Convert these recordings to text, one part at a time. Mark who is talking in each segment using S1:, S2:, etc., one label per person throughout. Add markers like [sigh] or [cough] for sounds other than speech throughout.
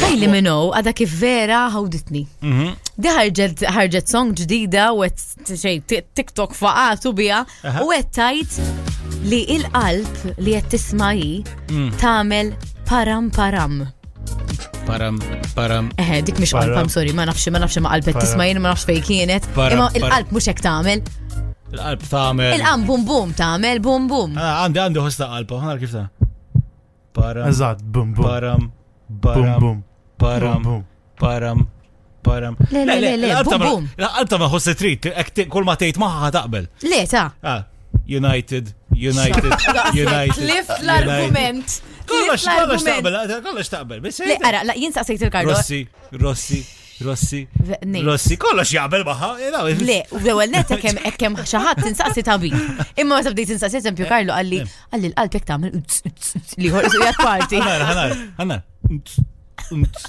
S1: Kylie Minow għada kif vera ħawditni. Di ħarġet ħarġet song ġdida u għet xej ti- TikTok faqatu bija
S2: Aha.
S1: u għet tajt li il-qalb li għet tismaji tamel param param.
S3: Param, param.
S1: Eħe, dik mish
S2: Param.
S1: qalb, I'm sorry, ma nafx, ma nafx ma qalbet
S2: Param.
S1: tismajin, ma nafx fej kienet.
S3: Param,
S1: Imma
S3: param.
S1: il-qalb mux hekk tamel,
S3: Il-qalb tamel.
S1: il-qam bum bum tamel, bum bum.
S3: Ah, Għandi, għandi hosta qalb, għanar kif ta' Param,
S2: Eżatt, bum bum.
S3: param,
S2: Bum
S3: param,
S2: bum. Bum
S3: param,
S2: bum.
S3: param, param.
S1: Le, le, le, le,
S3: il-qalb
S1: bum,
S3: tamel-
S1: bum.
S3: Il-qalb ta' ma' hosta trit, ek ti- kull ma' tejt maħħa taqbel.
S1: Le, ta'
S3: Ah, United,
S1: [laughs]
S3: United, United.
S1: Lift
S3: United.
S1: l-argument.
S3: Kollox,
S1: Lift
S3: kollox
S1: l-argument.
S3: taqbel, kollox taqbel. Bis
S1: Le, ara, la, jien saqsejt il-kardo.
S3: Rossi, Rossi, Rossi,
S1: Ve- nej.
S3: Rossi, kollox jaqbel maħħa. eh, no,
S1: Le,
S2: [laughs]
S1: u l-ewwel net hekk hemm- hekk hemm xi ħadd tinsaqsi tabib. Imma meta bdejt tinsaqsi eżempju Karlo qalli
S2: نعم.
S1: qalli l-qalb jekk tagħmel utz, utz, utz, li ħorsu jgħat parti.
S2: [laughs]
S3: Għanar, għanar, għanar. Unz, unz,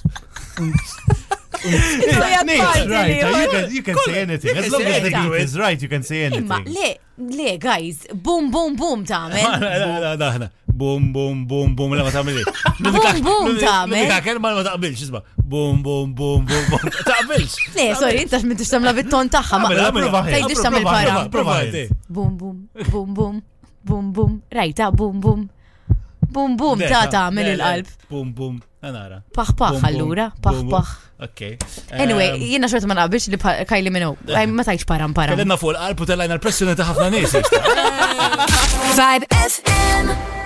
S3: unz.
S1: Ħorsu jgħat
S2: Nate,
S1: parti li
S2: right. You
S1: jħorsu-
S2: can, you can say anything. As
S3: can
S2: long
S3: say
S2: as the
S3: anything.
S2: clue is right, you can say anything.
S1: Imma le, le guys, bum bum bum
S3: Ma-
S2: [laughs]
S1: tagħmel.
S3: la- la- la- la- la. Bum, bum, bum, bum, la ma taqbilx. Nudika-
S1: bum,
S3: nudika-
S1: tagħmel.
S3: nudika kelma li ma taqbilx, isma. Bum, bum, bum, bum, bum. Ma taqbilx.
S1: Le, sorry, intax m'intix tagħmel bit-ton tagħha. ma-
S3: Għamela, għamela.
S1: ma tgħidix tagħmel
S2: Approva,
S1: para.
S3: Prova, prova,
S2: Provide.
S3: te.
S1: Bum bum, bum bum, bum bum, rajta bum bum. Bum bum
S3: Le,
S1: ta'
S3: ta-
S1: tagħmel
S3: le, le.
S1: il-qalb.
S3: Bum, bum, għanara.
S1: Paħ paħ
S3: Bum, bum,
S1: allura,
S3: bum,
S1: paħ
S3: bum.
S1: paħ.
S3: Ok.
S1: Anyway,
S3: Um,
S1: jiena xorta ma naqbilx li pa- Kylie Minow. Għaj, Ma tajx param
S3: Ehm,
S1: param.
S3: Kellimna fuq il-qalb u tellajna l-pressjoni ta' ħafna nies.
S4: Vibe FM.